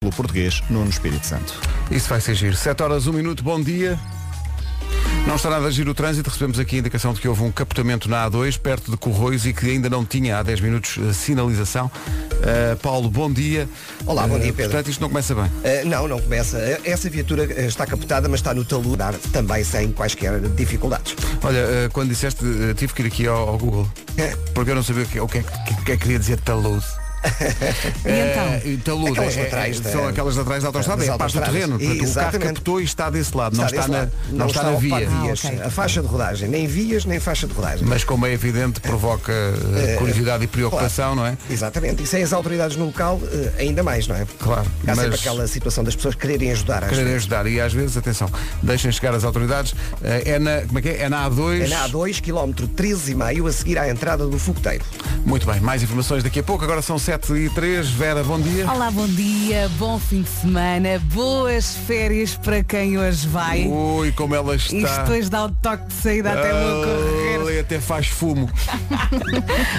pelo português Nuno Espírito Santo. Isso vai ser giro. 7 horas, 1 minuto, bom dia. Não está nada a giro o trânsito, recebemos aqui a indicação de que houve um captamento na A2 perto de Corroios e que ainda não tinha há 10 minutos eh, sinalização. Eh, Paulo, bom dia. Olá, bom Eh, dia, Pedro. Portanto, isto não começa bem. Ah, não, não começa. Ah, Essa viatura ah, está capotada, mas está no talude, ah, também sem quaisquer dificuldades. Olha, eh, quando disseste, eh, tive que ir aqui ao, ao Google, Eh, porque eu não sabia o que, o que é que, o que é que queria dizer talude. E então? Eh, talude, Aquelas é- é- laterais da- são aquelas laterais da autostrada, das é a parte do autostradas. terreno. Portanto, o carro Exatamente. captou e está desse lado, não está, desse na, lado. não está na a via. ocupar vias. Ah, ok. A faixa de rodagem, nem vias, nem faixa de rodagem. Mas como é evidente, provoca É, eh, curiosidade e preocupação, não é? Exatamente. E sem as autoridades no local, ah, ainda mais, não é? Claro, Há sempre mas- aquela situação das pessoas quererem ajudar às Quererem vezes. ajudar e às vezes, atenção, deixem chegar as autoridades. Eh, É na, como é que é? É na A2. É na A2, quilómetro 13,5, a seguir à entrada do fogoteiro. Muito bem, mais informações daqui a pouco. Agora são 7 e 3 Vera, bom dia. Olá, bom dia, bom fim de semana, boas férias para quem hoje vai. Ui, como ela está. Isto hoje dá o toque de saída até vou correr. Ah, e até faz fumo.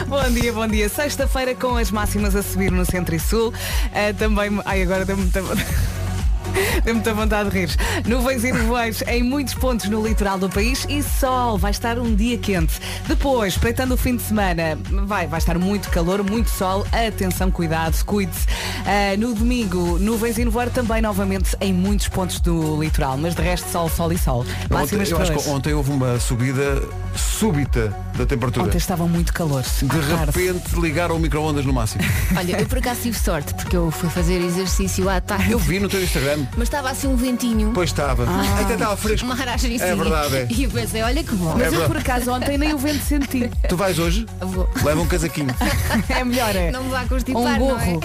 Bom dia, bom dia. Sexta-feira com as máximas a subir no centro e sul. Ah, também. Ai, agora deu muita vontade. Deu muita vontade de rir. Nuvens e nevoeiros em muitos pontos no litoral do país e sol. Vai estar um dia quente. Depois, espreitando o fim de semana, vai, vai estar muito calor, muito sol. Atenção, cuidado, cuide-se. Ah, no domingo, nuvens e nevoeiro também novamente em muitos pontos do litoral. Mas de resto, sol, sol e sol. Ontem, Máximas eu para acho hoje. que ontem houve uma subida súbita da temperatura. Ontem estavam muito calor. De à tarde. repente ligaram o micro-ondas no máximo. Olha, eu por acaso tive sorte, porque eu fui fazer exercício à tarde, Eu vi no teu Instagram. mas estava assim um ventinho, Pois estava. Ah. Até estava fresco. uma aragem É verdade. é. E eu pensei, olha que bom. É Mas eu, verdade. por acaso, ontem nem o vento senti. Tu vais hoje? Vou. Leva um casaquinho. É melhor, é. Não me vá constipar, um não é? gorro.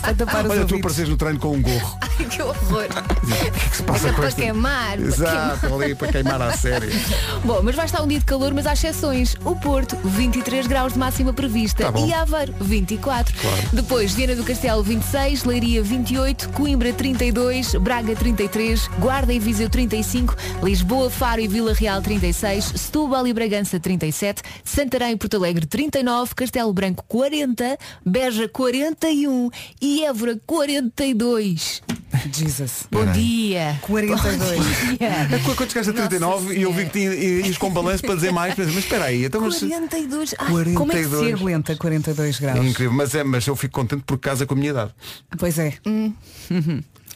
Para tapar os Olha, tu ouvidos. apareces no treino com um gorro. Ai, que horror. O que é que se passa Mas é com para este- queimar, para Exato, ali para queimar a sério. Bom, mas vai estar um dia de calor, mas há exceções. O Porto, 23 graus de máxima prevista. Tá bom. e Aveiro, 24. Depois, Viana do Castelo, 26. Leiria, 28. Coimbra, 32. Braga, 33. Guarda e Viseu, 35. Lisboa, Faro e Vila Real, 36. Setúbal e Bragança, 37. Santarém e Porto Alegre, 39. Castelo Branco, 40. Beja, 41. E Évora, 42. Jesus. Bom dia. 42. Yeah. É que Quando chegaste a Ah, Nossa 39 e eu vi Senhora. que tinha, ias com balanço para dizer mais, pensei, mas espera aí, então mas... 42. Ai, Como é que se 42. aguenta 42 É graus? incrível, mas, é, mas eu fico contente por casa com a minha idade. Pois é. Hum.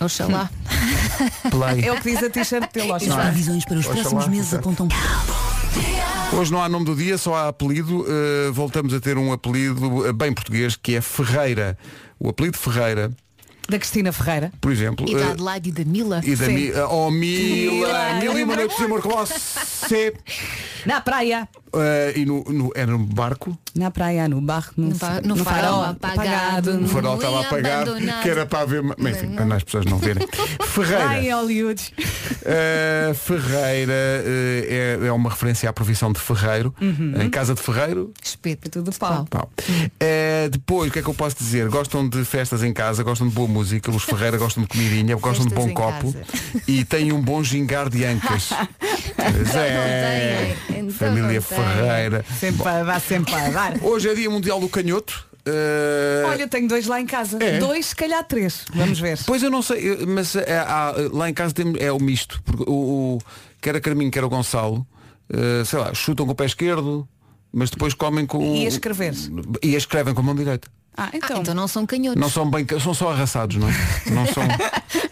Oxalá. Play. É o que diz a t-shirt dele, ó, As João. previsões para os Oxalá, próximos meses exato. apontam Hoje não há nome do dia, só há apelido. Uh, voltamos a ter um apelido uh, bem português que é Ferreira. O apelido Ferreira, Da Cristina Ferreira. por exemplo. E uh, da Adelaide e da Mila. e da Sim. Mi, uh, oh, Mila, Mila. mil e uma noites de amor com você. Na praia. Uh, e no, no, era no barco, Na praia, no barco, no, No fa- no farol apagado. o farol Não estava é apagado, abandonado. que era para haver. Mas enfim, para as pessoas não verem. Lá Ferreira. em Hollywood. Uh, Ferreira uh, é, é uma referência à profissão de ferreiro, Uhum. em casa de ferreiro. Espeto Tudo pau. Pau. Uh, depois, o que é que eu posso dizer? Gostam de festas em casa, gostam de boa música, os Ferreira gostam de comidinha, gostam de Festas bom em copo casa. e têm um bom gingar de ancas. Pois é. não têm, então Família não têm. Ferreira. Sempre a dar, sempre a dar. Hoje é dia mundial do canhoto. Uh, Olha, tenho dois lá em casa. É? Dois, se calhar três. Vamos ver. Pois eu não sei, eu- mas é, há- lá em casa tem, é o misto, porque o, o- quer a Carminho, quer o Gonçalo, eh, sei lá, chutam com o pé esquerdo, mas depois comem com E a escrever. E a escrevem com a mão direita. Ah, Então, então. não são canhotos. Não são bem, ca- são só arrasados, não é? Não são,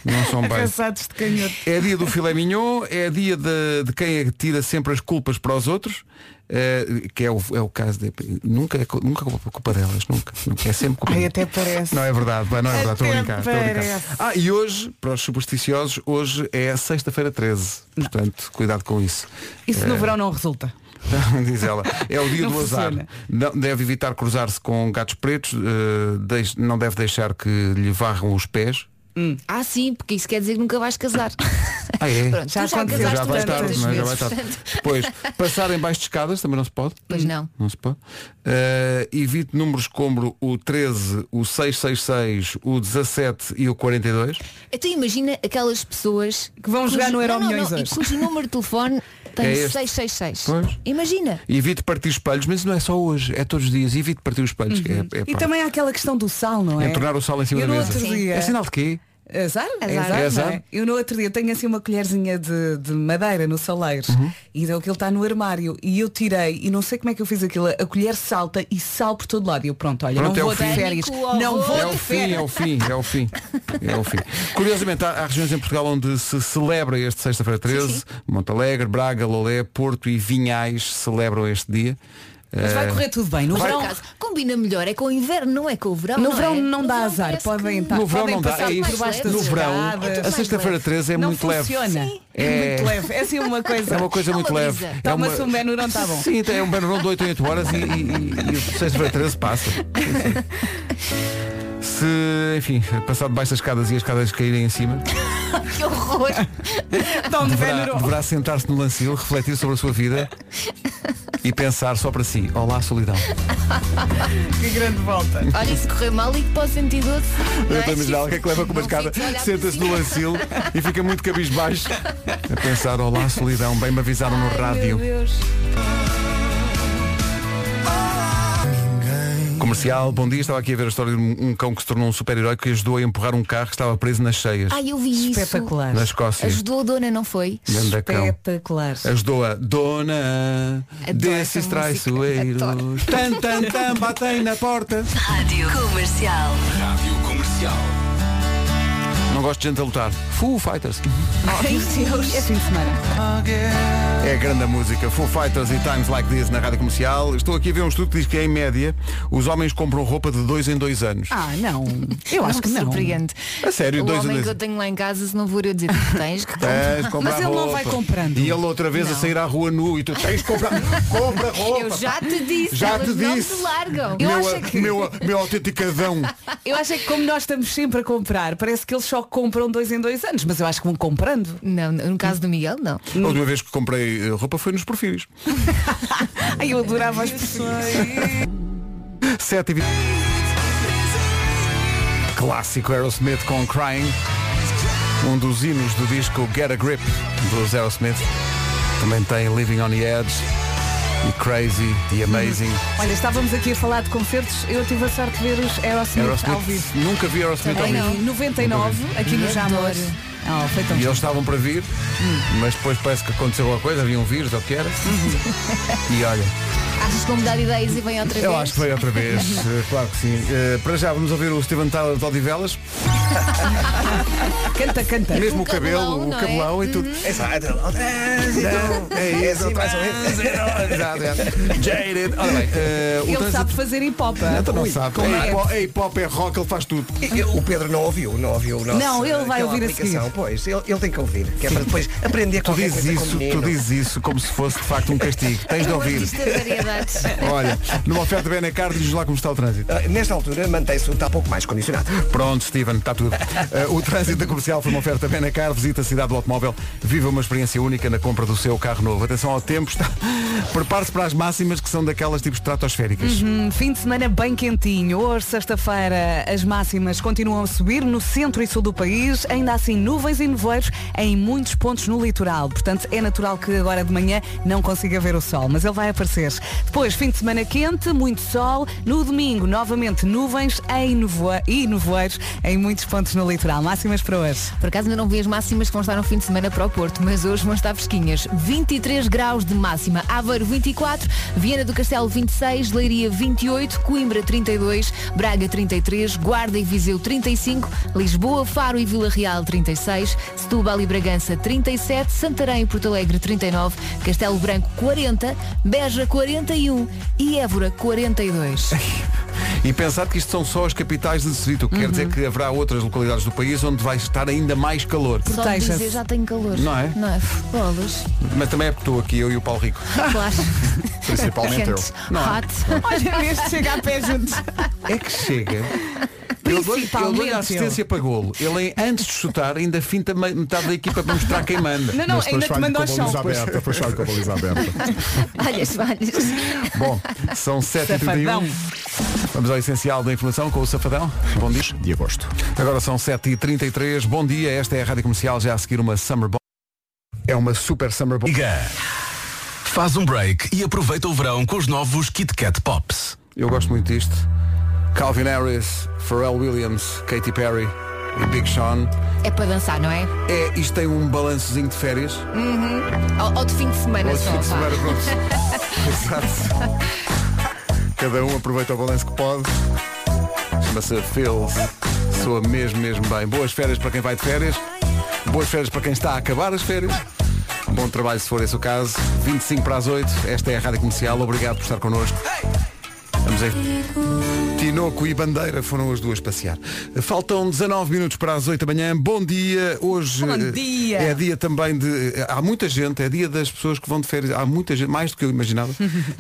não são bem. Cansados de canhoto. É dia do filé mignon, é dia de, de quem é que tira sempre as culpas para os outros, eh, que é o, é o caso de nunca é cu- nunca é culpa delas, nunca, nunca é sempre culpa. Ai, delas. até parece. Não é verdade, pá, não é verdade, estou a Até brincar, estou a brincar. parece. Ah, e hoje, para os supersticiosos, hoje é sexta-feira 13, portanto, cuidado com isso. Isso é. no verão não resulta. Diz ela, é o dia Não do azar. funciona. Não, deve evitar cruzar-se com gatos pretos, eh, deix- não deve deixar que lhe varram os pés. Ah, sim, porque isso quer dizer que nunca vais casar. Ah, é? Pronto, Já tu já aconteceu. casaste já vai tantas tarde, não é? já vai vezes, tarde. portanto, Depois, passar em baixo de escadas também não se pode. Pois não. Não se pode. Eh, evite números como o 13, o 666, o 17 e o 42. Então imagina aquelas pessoas Que vão jogar no Não, não, Euromilhões não, e hoje. Cujo número de telefone tem É este. 666. Pois. Imagina. Evite partir espelhos, mas isso não é só hoje, é todos os dias. Evite partir os espelhos. É, é, Uhum. E pá, também há aquela questão do sal, não é? é tornar o sal em cima Eu da no mesa. outro dia- É sinal de quê? Azar, é Azar. azar, É não azar. é? Eu no outro dia tenho assim uma colherzinha de, de madeira no saleiro Uhum. e então aquilo está no armário e eu tirei e não sei como é que eu fiz aquilo, a colher salta e sal por todo lado. E eu pronto, olha, Pronto, é não o vou fim. de férias. Pânico, horror. Não vou É o de fim, é férias. o fim, é o fim. É o fim. Curiosamente, há, há regiões em Portugal onde se celebra este sexta-feira 13, Monte Alegre, Braga, Lolé, Porto e Vinhais celebram este dia. Mas vai Eh, correr tudo bem. No Por verão, acaso, combina melhor, é com o inverno, não é com o verão. no não verão é? não No dá verão azar, parece podem, que- tá, No verão podem não dá, passar é por isso. baixo das No verão, escadas. É tudo a mais sexta-feira leve. 13 é não muito leve. funciona. É... É- muito leve. É assim uma coisa. É uma coisa É muito uma leve. brisa. É Toma-se um Benuro, não tá bom. Sim, é um Benuro de 8 em 8 horas e, e, e, e o sexta-feira 13 passa. Se, enfim, passar debaixo das escadas e as escadas caírem em cima, Que horror. Tão deverá, deverá sentar-se no lancil, refletir sobre a sua vida e pensar só para si. Olá, solidão. Que grande volta. Olha, e se correr mal e que pode sentir doce. Eu é é? estou a imaginar alguém que leva com uma escada, senta-se no lancil e fica muito cabisbaixo a pensar, olá, solidão, bem me avisaram no rádio. Comercial, bom dia, estava aqui a ver a história de um um cão que se tornou um super-herói que ajudou a empurrar um carro que estava preso nas cheias, Ai, eu vi isso. Espetacular. na Escócia. Ajudou a dona, não foi? Ganda É cão. Espetacular. Ajudou a dona Adoro desses essa música, traiçoeiros. adoro. Tan, tan, tan, batem na porta. Rádio Comercial. Não gosto de gente a lutar. Foo Fighters. Ai, Deus. É fim de semana. É a grande música. Foo Fighters e Times Like This na rádio comercial. Estou aqui a ver um estudo que diz que, em média, os homens compram roupa de dois em dois anos. Ah, não. Eu acho que me não. surpreende. A sério, o dois homem a dois. É. que eu tenho lá em casa, se não vou eu dizer que tens, que Tens de comprar Mas ele não roupa. vai comprando. E ele outra vez a sair à rua nu e tu tens de comprar. Compra roupa. eu já te disse, Já elas te não disse. te largam. Eu meu, acho é que- meu, meu autenticadão. Eu acho é que como nós estamos sempre a comprar, parece que eles só compram dois em dois anos, mas eu acho que vão comprando. Não, no caso do Miguel, não. A última vez que comprei eh, roupa foi nos perfis. Ai, eu adorava as pessoas. 7 e 20. Clássico Aerosmith com Crying. Um dos hinos do disco Get a Grip dos Aerosmith. Também tem Living on the Edge e Crazy e Amazing. Olha, estávamos aqui a falar de concertos, eu tive a sorte de ver os Aerosmith, ao Aerosmith, vivo. nunca vi Aerosmith ao Também vivo. não. Em 99, aqui no Jamor. Adoro. Ah, foi tão E eles estavam para vir, mas depois parece que aconteceu alguma coisa, havia um vírus ou o que era. E olha, Achas que vão mudar de ideias e vem outra vez? eu acho que veio outra vez, eh, claro que sim. Eh, para já vamos ouvir o Steven Tyler de Odivelas, Canta, canta. mesmo Um o cabelo, cabelão, o não é? cabelão e tudo. Exato. Uhum. assim, É isso, Exato, é. Jaded. Ora bem, eh, o Ele trânsito- sabe fazer hip hop. ah. Então não Ui, sabe. como É é? hip-hop, é hip-hop, é rock, ele faz tudo. O Pedro não ouviu, não ouviu o nosso, eh, Não, ele vai aquela ouvir a aplicação. seguir. Pois, ele, ele tem que ouvir, que é para depois aprender Tu qualquer dizes coisa com isso, o menino. tu dizes isso como se fosse de facto um castigo. Tens de Um ouvir. artista de variedades. Olha, numa oferta bem na carta, diz lá como está o trânsito. Ah, Nesta altura mantém-se está pouco mais condicionado. Pronto, Steven, está tudo. Eh, o trânsito da comercial foi uma oferta bem na car, visita a cidade do automóvel, viva uma experiência única na compra do seu carro novo. Atenção ao tempo, está... prepare-se para as máximas que são daquelas tipo estratosféricas. Hum, Fim de semana bem quentinho. Hoje, sexta-feira, as máximas continuam a subir no centro e sul do país. Ainda assim, nuvens e nevoeiros em muitos pontos no litoral. Portanto, é natural que agora de manhã não consiga ver o sol, mas ele vai aparecer. Depois, fim de semana quente, muito sol. No domingo, novamente, nuvens em nevoa e nevoeiros em muitos pontos no litoral. Máximas para hoje. Por acaso ainda não vi as máximas que vão estar no fim de semana para o Porto, mas hoje vão estar fresquinhas. 23 graus de máxima, Aveiro 24, Viana do Castelo 26, Leiria 28, Coimbra 32, Braga 33, Guarda e Viseu 35, Lisboa, Faro e Vila Real 36, Setúbal e Bragança 37, Santarém e Porto Alegre 39, Castelo Branco 40, Beja 41 e Évora 42. E pensar que isto são só as capitais de distrito, o que quer Uhum. dizer que haverá outras localidades do país onde vai estar ainda mais calor. Só de Proteja-se. dizer já tenho calor. Não é? Não é? Bolas. Mas também é porque estou aqui, eu e o Paulo Rico. Claro. Principalmente eu. Quentes. Não é? Hot. Olha, neste chega a pé juntos. É que chega. Eu dou-lhe eu dou-lhe a assistência para golo. Ele, antes de chutar, ainda finta me- metade da equipa para mostrar quem manda. Não, não, ainda te mando ao chão. aberta, depois falho com a baliza aberta. Olha, Joanes. Bom, são 7h31. Safadão. Vamos ao essencial da informação com o Safadão. Bom dia. De agosto. Agora são 7h33. Bom dia. Esta é a Rádio Comercial. Já a seguir uma Summer Bomb. É uma super Summer Bomb. Faz um break e aproveita o verão com os novos Kit Kat Pops. Eu gosto muito disto. Calvin Harris, Pharrell Williams, Katy Perry e Big Sean. É para dançar, não é? É, isto tem um balançozinho de férias. Ou, ou de fim de semana Outro só. fim de vá. semana, pronto. Exato. Cada um aproveita o balanço que pode. Chama-se Phil. Soa mesmo, mesmo bem. Boas férias para quem vai de férias. Boas férias para quem está a acabar as férias. Bom trabalho se for esse o caso. 25 para as 8. Esta é a Rádio Comercial. Obrigado por estar connosco. Vamos aí. Tinoco e Bandeira foram as duas passear. Faltam 19 minutos para as 8 da manhã. Bom dia. Hoje Bom eh, dia. é dia também de. Há muita gente, é dia das pessoas que vão de férias, há muita gente, mais do que eu imaginava,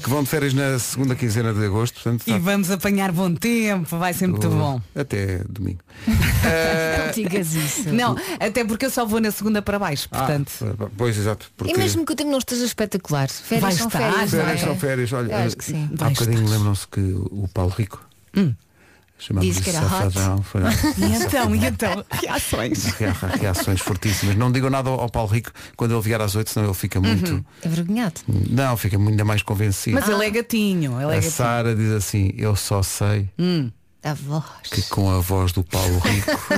que vão de férias na segunda quinzena de agosto. Portanto, E está vamos apanhar bom tempo, vai ser muito tudo- bom. Até domingo. Não digas isso. Não, até porque eu só vou na segunda para baixo, portanto. Ah, pois exato. Porque... E mesmo que o tempo não esteja espetacular. Férias Vai são estar. férias. não Férias é? são férias, olha. eh, Eu acho que sim. Há Vai bocadinho lembram-se que o Paulo Rico chamava-lhe Disse que era hot. safadão. Foi, E então, e então, reações. Rea- reações fortíssimas. Não digam nada ao, ao Paulo Rico quando ele vier às 8, senão ele fica muito. Uhum. Envergonhado. Não, fica ainda mais convencido. Mas Ah. ele é gatinho, ele é a gatinho. Sara diz assim, eu só sei Da voz. que com a voz do Paulo Rico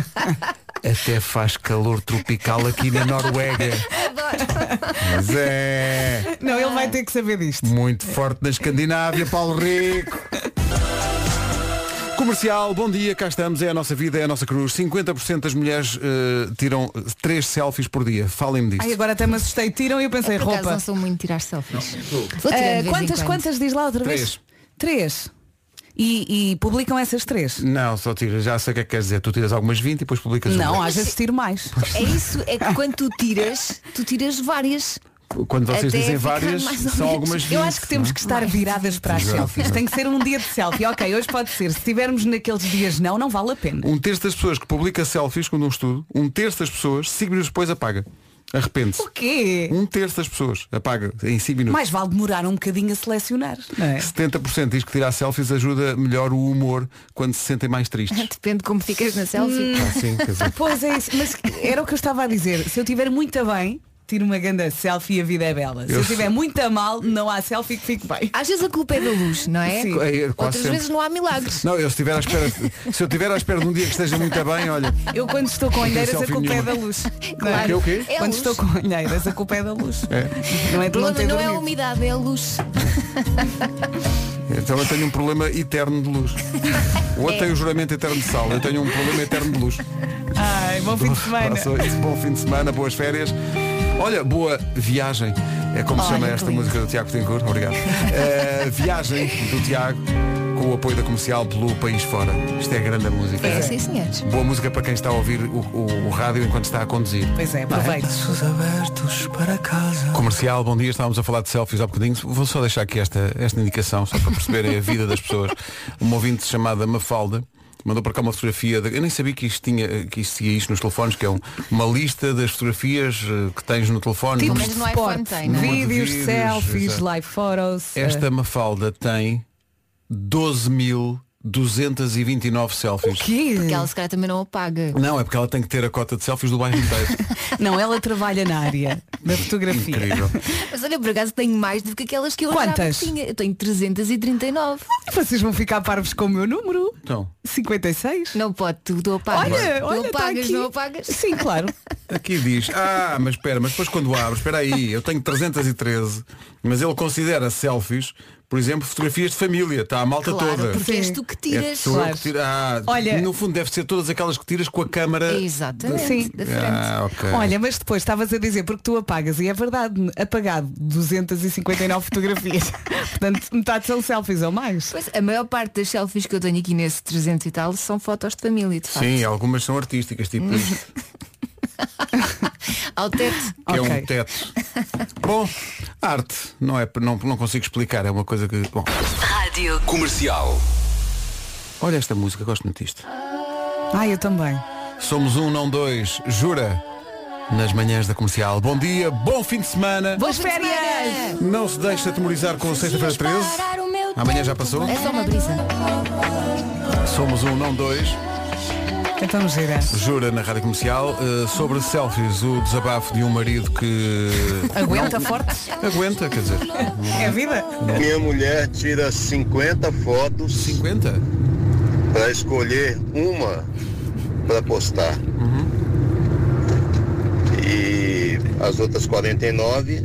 até faz calor tropical aqui na Noruega. Mas é Não, ele vai ter que saber disto. muito forte na Escandinávia, Paulo Rico. Comercial, bom dia, cá estamos, é a nossa vida, é a nossa cruz. 50% das mulheres eh, tiram 3 selfies por dia. Falem-me disto. Ai, agora até me assustei. Tiram e eu pensei, É, por acaso roupa. não sou muito de tirar selfies. Vou tirando de Ah, vez em quantas, quando. quantas diz lá outra Três. vez? Três. E, e publicam essas três? Não, só tiras, já sei o que é que queres dizer. Tu tiras algumas 20 e depois publicas Não, uma. às vezes tiro mais. É isso, é que quando tu tiras, tu tiras várias. Quando vocês Até dizem ficar várias, mais ou são menos. algumas 20. Eu acho que temos não é? que estar viradas para as Exato, selfies. exato. Tem que ser um dia de selfie. Ok, hoje pode ser. Se tivermos naqueles dias não, não vale a pena. Um terço das pessoas que publica selfies, quando um estudo, um terço das pessoas, 5 minutos depois apaga. Arrepende-se. O quê? Um terço das pessoas apaga em 5 minutos. Mais vale demorar um bocadinho a selecionar. Não é? 70% diz que tirar selfies ajuda melhor o humor quando se sentem mais tristes. Depende de como ficas na selfie. Ah, sim, quer dizer, Pois é isso, mas era o que eu estava a dizer. Se eu estiver muito a bem, tiro uma grande selfie e a vida é bela. Se Eu eu estiver muito a mal, não há selfie que fique bem. Às vezes a culpa é da luz, não é? Sim. é, é, quase Outras sempre. vezes não há milagres. Não, eu estiver à espera, se eu estiver à espera de um dia que esteja muito bem, olha, Eu quando estou com olheiras a selfie culpa é nenhuma. da luz. Claro. O quê, o quê? É a quando luz. estou com olheiras a culpa é da luz. Não é O de não problema ter não é a dormido. umidade, é a luz. Então eu tenho um problema eterno de luz. O outro tem o juramento eterno de sal. Eu tenho um problema eterno de luz. Ai, bom fim de semana. Passou esse bom fim de semana, boas férias. Olha, boa viagem. É como se Olha, chama que esta lindo. música do Tiago Tencourt. Obrigado. Eh, viagem do Tiago com o apoio da comercial pelo País Fora. Isto é grande a música. É, sim, senhores. Boa música para quem está a ouvir o, o- o rádio enquanto está a conduzir. Pois é, aproveite. Comercial, bom dia, estávamos a falar de selfies há bocadinho. Vou só deixar aqui esta, esta indicação, só para perceberem a vida das pessoas. Uma ouvinte chamada Mafalda mandou para cá uma fotografia. de- eu nem sabia que isto tinha, que isto tinha isto nos telefones, que é um- uma lista das fotografias eh, que tens no telefone. Tipo Pelo Números menos de- no iPhone tem, não é? Número de Vídeos, vídeos, selfies, exato. live photos. Esta Mafalda tem 12.229 selfies. Que? Porque ela se calhar também não apaga. Não, é porque ela tem que ter a cota de selfies do bairro inteiro. Não, ela trabalha na área da fotografia. Incrível. Mas olha, por acaso tenho mais do que aquelas que eu achava Quantas? que tinha. Eu tenho 339. Vocês vão ficar parvos com o meu número? Então, 56? Não pode, tu, tu apagas. Olha, tu olha, tá apagas, aqui. não apagas. Sim, claro. Aqui diz, ah, mas espera, mas depois quando abro, espera aí, eu tenho 313, mas ele considera selfies, por exemplo, fotografias de família, está a malta Claro, toda. porque és tu que É tiras. tu Claro. que tira- ah, Olha- no fundo deve ser todas aquelas que tiras com a câmara. Exatamente. Sim. Da frente. Ah, ok. Olha, mas depois estavas a dizer porque tu apagas e é verdade, apagado 259 fotografias. Portanto, metade são selfies ou mais. Pois, a maior parte das selfies que eu tenho aqui nesse 300 e tal são fotos de família, de facto. Sim, algumas são artísticas, tipo isto, Ao teto. que é Ok. um teto. Bom, arte, não é, não, não consigo explicar, é uma coisa que. Bom, Comercial. olha esta música, gosto muito disto. Ah, eu também. Somos um, não dois, jura? Nas manhãs da comercial. Bom dia, bom fim de semana. Boas Boa fim de férias! Não se deixe atemorizar com sexta-feira 13. Amanhã já passou. É só uma brisa. Somos um, não dois. É tão gira. Jura na rádio comercial eh, sobre selfies, o desabafo de um marido que Aguenta forte. aguenta, quer dizer, É a vida. Minha mulher tira 50 fotos 50. para escolher uma para postar. E as outras 49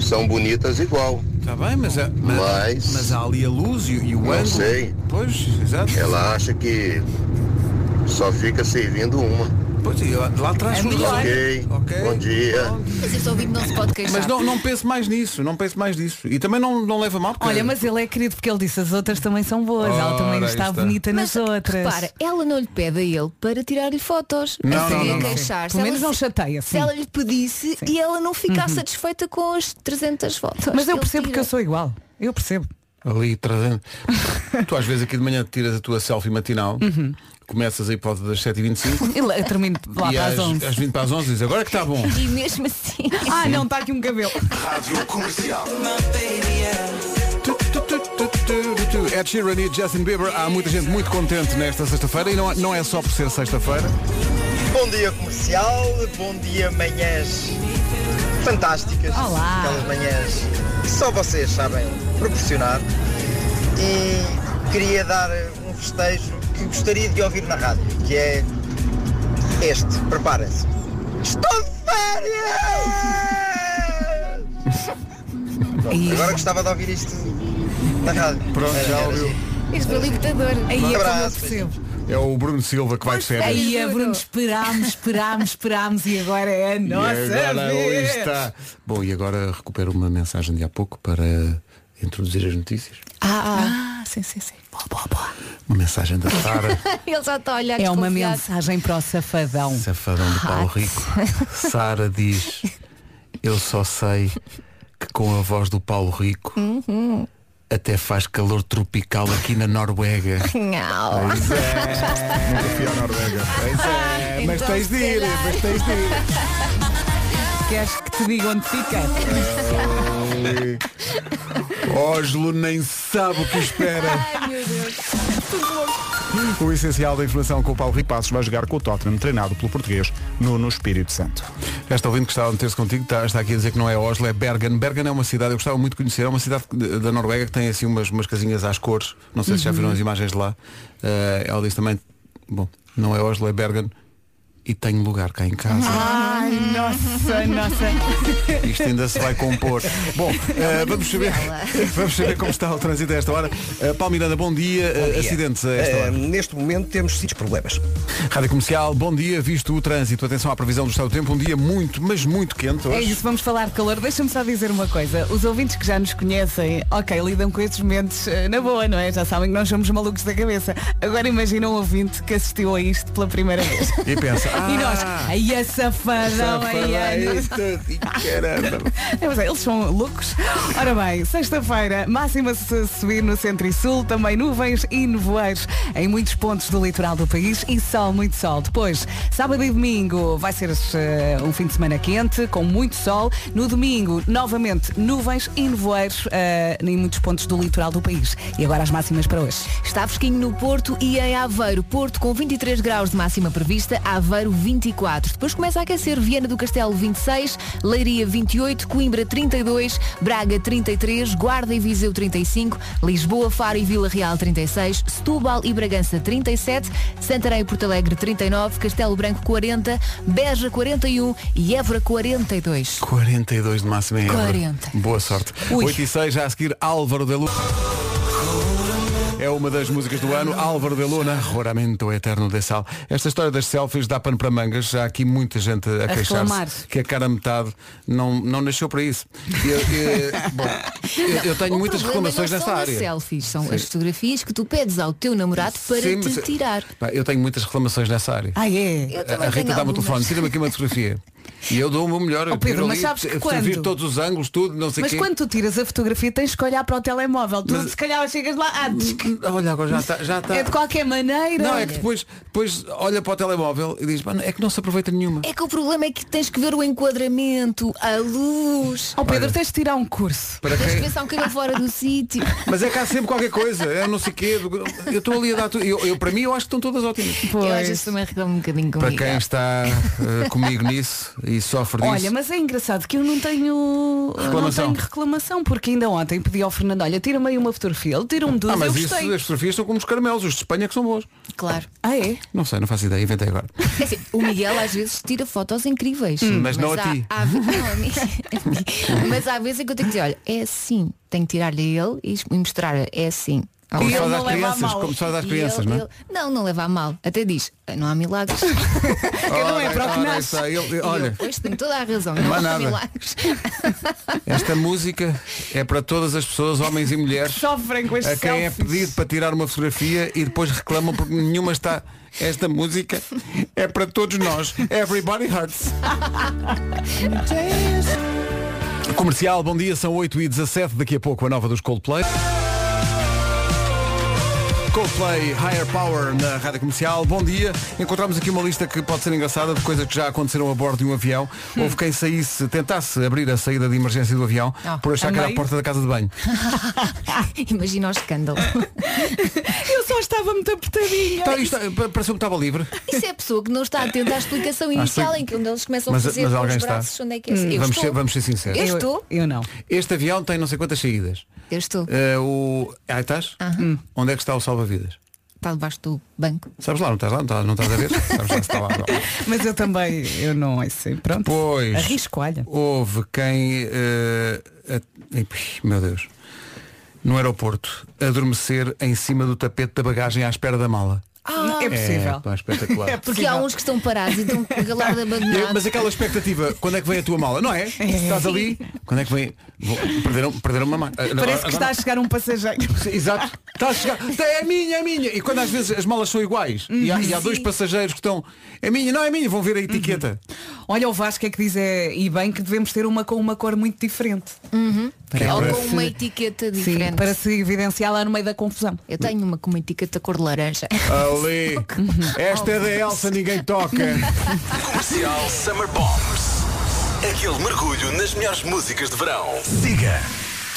são bonitas igual. Está Tá bem, mas, há- mas, Mas- mas há ali a luz e, e o Não ângulo. sei. É Pois, exato. Ela acha que só fica servindo uma. Pois, e lá lá atrás É tudo melhor. bem. Ok, Ok. bom dia. Mas este ouvido não se pode queixar. Mas não, não pense mais nisso, não pense mais nisso. E também não, não leva mal porque... Olha, mas ele é querido porque ele disse as outras também são boas. ela também Ora, está aí está. bonita Mas, nas outras. repara, é ela não lhe pede a ele para tirar-lhe fotos. Não, ela não, ia não, não. queixar. Se Pelo ela menos não se- chateia. se Sim. Uhum. ela lhe pedisse e ela não ficar satisfeita com as 300 fotos. Mas eu ele percebo que tira. eu sou igual. Eu percebo. Ali trazendo. tu às vezes aqui de manhã tiras a tua selfie matinal, Uhum. começas aí por volta das 7h25 Eu eu termino lá e para as às, 11. às 20 para as 11 dizes, agora que está bom. E mesmo assim. Ah, não, está aqui um cabelo. Tu, tu, tu, tu, tu, tu, tu. Ed Sheeran e Justin Bieber, há muita gente muito contente nesta sexta-feira e não, não é só por ser sexta-feira. Bom dia comercial, bom dia manhãs fantásticas. Olá. Aquelas manhãs que só vocês sabem proporcionar. E queria dar um festejo que gostaria de ouvir na rádio, que é este, preparem-se. Estou de férias! Pronto, agora gostava de ouvir isto na rádio. Pronto, Era- já era ouviu. giro. És libertador. Aí é como eu abraço, percebo. É o Bruno Silva que vai de férias. Aí é Juro. Bruno, esperámos, esperámos, esperámos e agora é a E nossa agora ali vez. está. Bom, e agora recupero uma mensagem de há pouco para introduzir as notícias. Ah, sim, sim, sim. Boa, boa, boa. Uma mensagem da Sara. Ele já está a olhar É uma desconfiado. mensagem para o safadão. Safadão de Paulo Rico. Sara diz, eu só sei que com a voz do Paulo Rico Uhum. até faz calor tropical aqui na Noruega. Não. Nunca fui à Noruega. É, mas então, tens de ir, se mas tens de ir. Queres que te diga onde fica? Oslo nem sabe o que espera. Ai, meu Deus. O essencial da informação com o Paulo Ripassos vai jogar com o Tottenham, treinado pelo português Nuno Espírito Santo. Esta ouvinte que estava a meter-se contigo está, está aqui a dizer que não é Oslo, é Bergen. Bergen é uma cidade, eu gostava muito de conhecer, é uma cidade de- da Noruega que tem assim umas, umas casinhas às cores. Não sei se já viram as imagens de lá. Eh, ela diz também, bom, não é Oslo, é Bergen. E tenho lugar cá em casa. Ai, nossa, nossa. Isto ainda se vai compor. Bom, eh, vamos, saber, vamos saber como está o trânsito a esta hora. Eh, Paulo Miranda, bom dia. Eh, Acidentes a esta Eh, hora. neste momento temos sítios problemas. Rádio Comercial, bom dia. Visto o trânsito, atenção à previsão do estado do tempo. Um dia muito, mas muito quente É hoje. isso, vamos falar de calor. Deixa-me só dizer uma coisa. Os ouvintes que já nos conhecem, ok, lidam com estes momentos eh, na boa, não é? Já sabem que nós somos malucos da cabeça. Agora imagina um ouvinte que assistiu a isto pela primeira vez. E pensa, ah, é E nós, aí a safadão, aí a... Eu sei, É, eles são loucos. Ora bem, sexta-feira, máxima se subir no centro e sul, também nuvens e nevoeiros em muitos pontos do litoral do país e sol, muito sol. Depois, sábado e domingo vai ser eh, um fim de semana quente, com muito sol. No domingo, novamente, nuvens e nevoeiros eh, em muitos pontos do litoral do país. E agora as máximas para hoje. Está fresquinho no Porto e em Aveiro. Porto com 23 graus de máxima prevista, Aveiro 24. Depois começa a aquecer Viana do Castelo 26, Leiria 28, Coimbra 32, Braga 33, Guarda e Viseu 35, Lisboa, Faro e Vila Real 36, Setúbal e Bragança 37, Santarém e Porto Alegre 39, Castelo Branco 40, Beja 41 e Évora 42. 42 de máximo em Évora. 40. Boa sorte. Ui. 8 e 6, já a seguir, Álvaro de Luna. É uma das músicas do ano, Álvaro de Luna, Roramento Eterno de Sal. Esta história das selfies dá pano para mangas, já há aqui muita gente a, reclamar. queixar-se que a cara metade não, não nasceu para isso. Eu, eu- bom, eu- eu tenho O muitas problema é reclamações não são nesta as área. selfies, são as fotografias que tu pedes ao teu namorado para Sim, te mas- é- tirar. Pá, Eu tenho muitas reclamações nessa área. Ah, é? Eu A também Rita tenho dá-me o algumas. telefone, tira-me aqui uma fotografia. E eu dou o meu melhor. Oh, Pedro, eu mas sabes que servir quando? todos os ângulos, tudo, não sei o Mas quê. quando tu tiras a fotografia tens que olhar para o telemóvel. Tu se calhar chegas lá, ah, diz que Olha, agora já está. Já está. é de qualquer maneira. Não, é que depois, depois olha para o telemóvel e diz, "Mano, é que não se aproveita nenhuma. É que o problema é que tens que ver o enquadramento, a luz. Oh Pedro, tens de tirar um curso. Para Tens que quem... pensar um bocadinho fora do sítio. Mas é que há sempre qualquer coisa, é não sei o quê. Eu estou ali a dar tudo. Eu, eu, para mim eu acho que estão todas ótimas. Eu às vezes também reclamo um bocadinho Para comigo. quem está eh, comigo nisso e sofre disso. Olha, mas é engraçado que eu não tenho não Reclamação. tenho reclamação, porque ainda ontem pedi ao Fernando, olha, tira-me aí uma fotografia, ele tira-me duas, ah, eu mas isso, gostei. as fotografias são como os caramelos, os de Espanha que são bons. Claro. Ah, é? Não sei, não faço ideia, inventei agora. É assim, o Miguel às vezes tira fotos incríveis. Hum, mas não a há- ti. há ve- não, a mim. mas há vezes em que eu tenho que dizer, olha, é assim. Tenho que tirar-lhe a ele e e mostrar é assim. Ao Como ele se faz não às leva a crianças, mal. como se faz às E crianças, ele- não é? ele- não, não leva a mal. Até diz, não há milagres. não é para o que ora, nasce. está, ele- E eu, olha, pois tem toda a razão, não, há há nada. milagres. esta música é para todas as pessoas, homens e mulheres, Sofrem com este a quem é selfies. pedido para tirar uma fotografia e depois reclamam porque nenhuma está. Esta música é para todos nós. Everybody hurts. Comercial, bom dia, são 8h17, daqui a pouco a nova dos Coldplay. Coldplay Higher Power na Rádio Comercial. Bom dia. Encontramos aqui uma lista que pode ser engraçada de coisas que já aconteceram a bordo de um avião. Houve quem saísse, tentasse abrir a saída de emergência do avião Ah, por achar que era a amei. porta da casa de banho. Imagina o escândalo. Eu só estava muito apertadinha. Então, isto, pa- pareceu-me que estava livre. Isso é a pessoa que não está atenta à explicação inicial em que onde eles começam Ah, Mas- a fazer mas com alguém os está? Hum. braços onde é que é. Eu vamos, estou. ser, vamos ser sinceros. Eu estou. Eu não. Este avião tem não sei quantas saídas. Eu estou. Eh, o... Ah, estás? Onde é que está o salva-vidas? Está debaixo do banco. Sabes lá, não estás lá, não estás, não estás a ver? Sabes lá se está lá. Mas eu também, eu não, é assim, pronto. Pois. Arrisco, olha. Houve quem. eh, a- Ih, Meu Deus. No aeroporto, adormecer em cima do tapete da bagagem à espera da mala. é possível. É, pá, espetacular. É Porque há possível. uns que estão parados e estão com o galardo Eu- abandonado. mas aquela expectativa, quando é que vem a tua mala? Não é? Estás ali? Quando é que vem? Vou- Perderam, perderam uma mala. Parece que está a chegar um passageiro. Exato. Está a chegar. Tá, É a minha, é a minha. E quando às vezes as malas são iguais e há, e há dois passageiros que estão. É minha, não é minha, vão ver a etiqueta. Olha, o Vasco é que diz, é, e bem, que devemos ter uma com uma cor muito diferente. Ou com parece- uma etiqueta diferente. Sim, para se evidenciar lá no meio da confusão. Eu tenho uma com uma etiqueta cor de laranja. Ali. Esta é da Elsa, ninguém toca. Comercial Summer Bombs. Aquele mergulho nas melhores músicas de verão. Siga.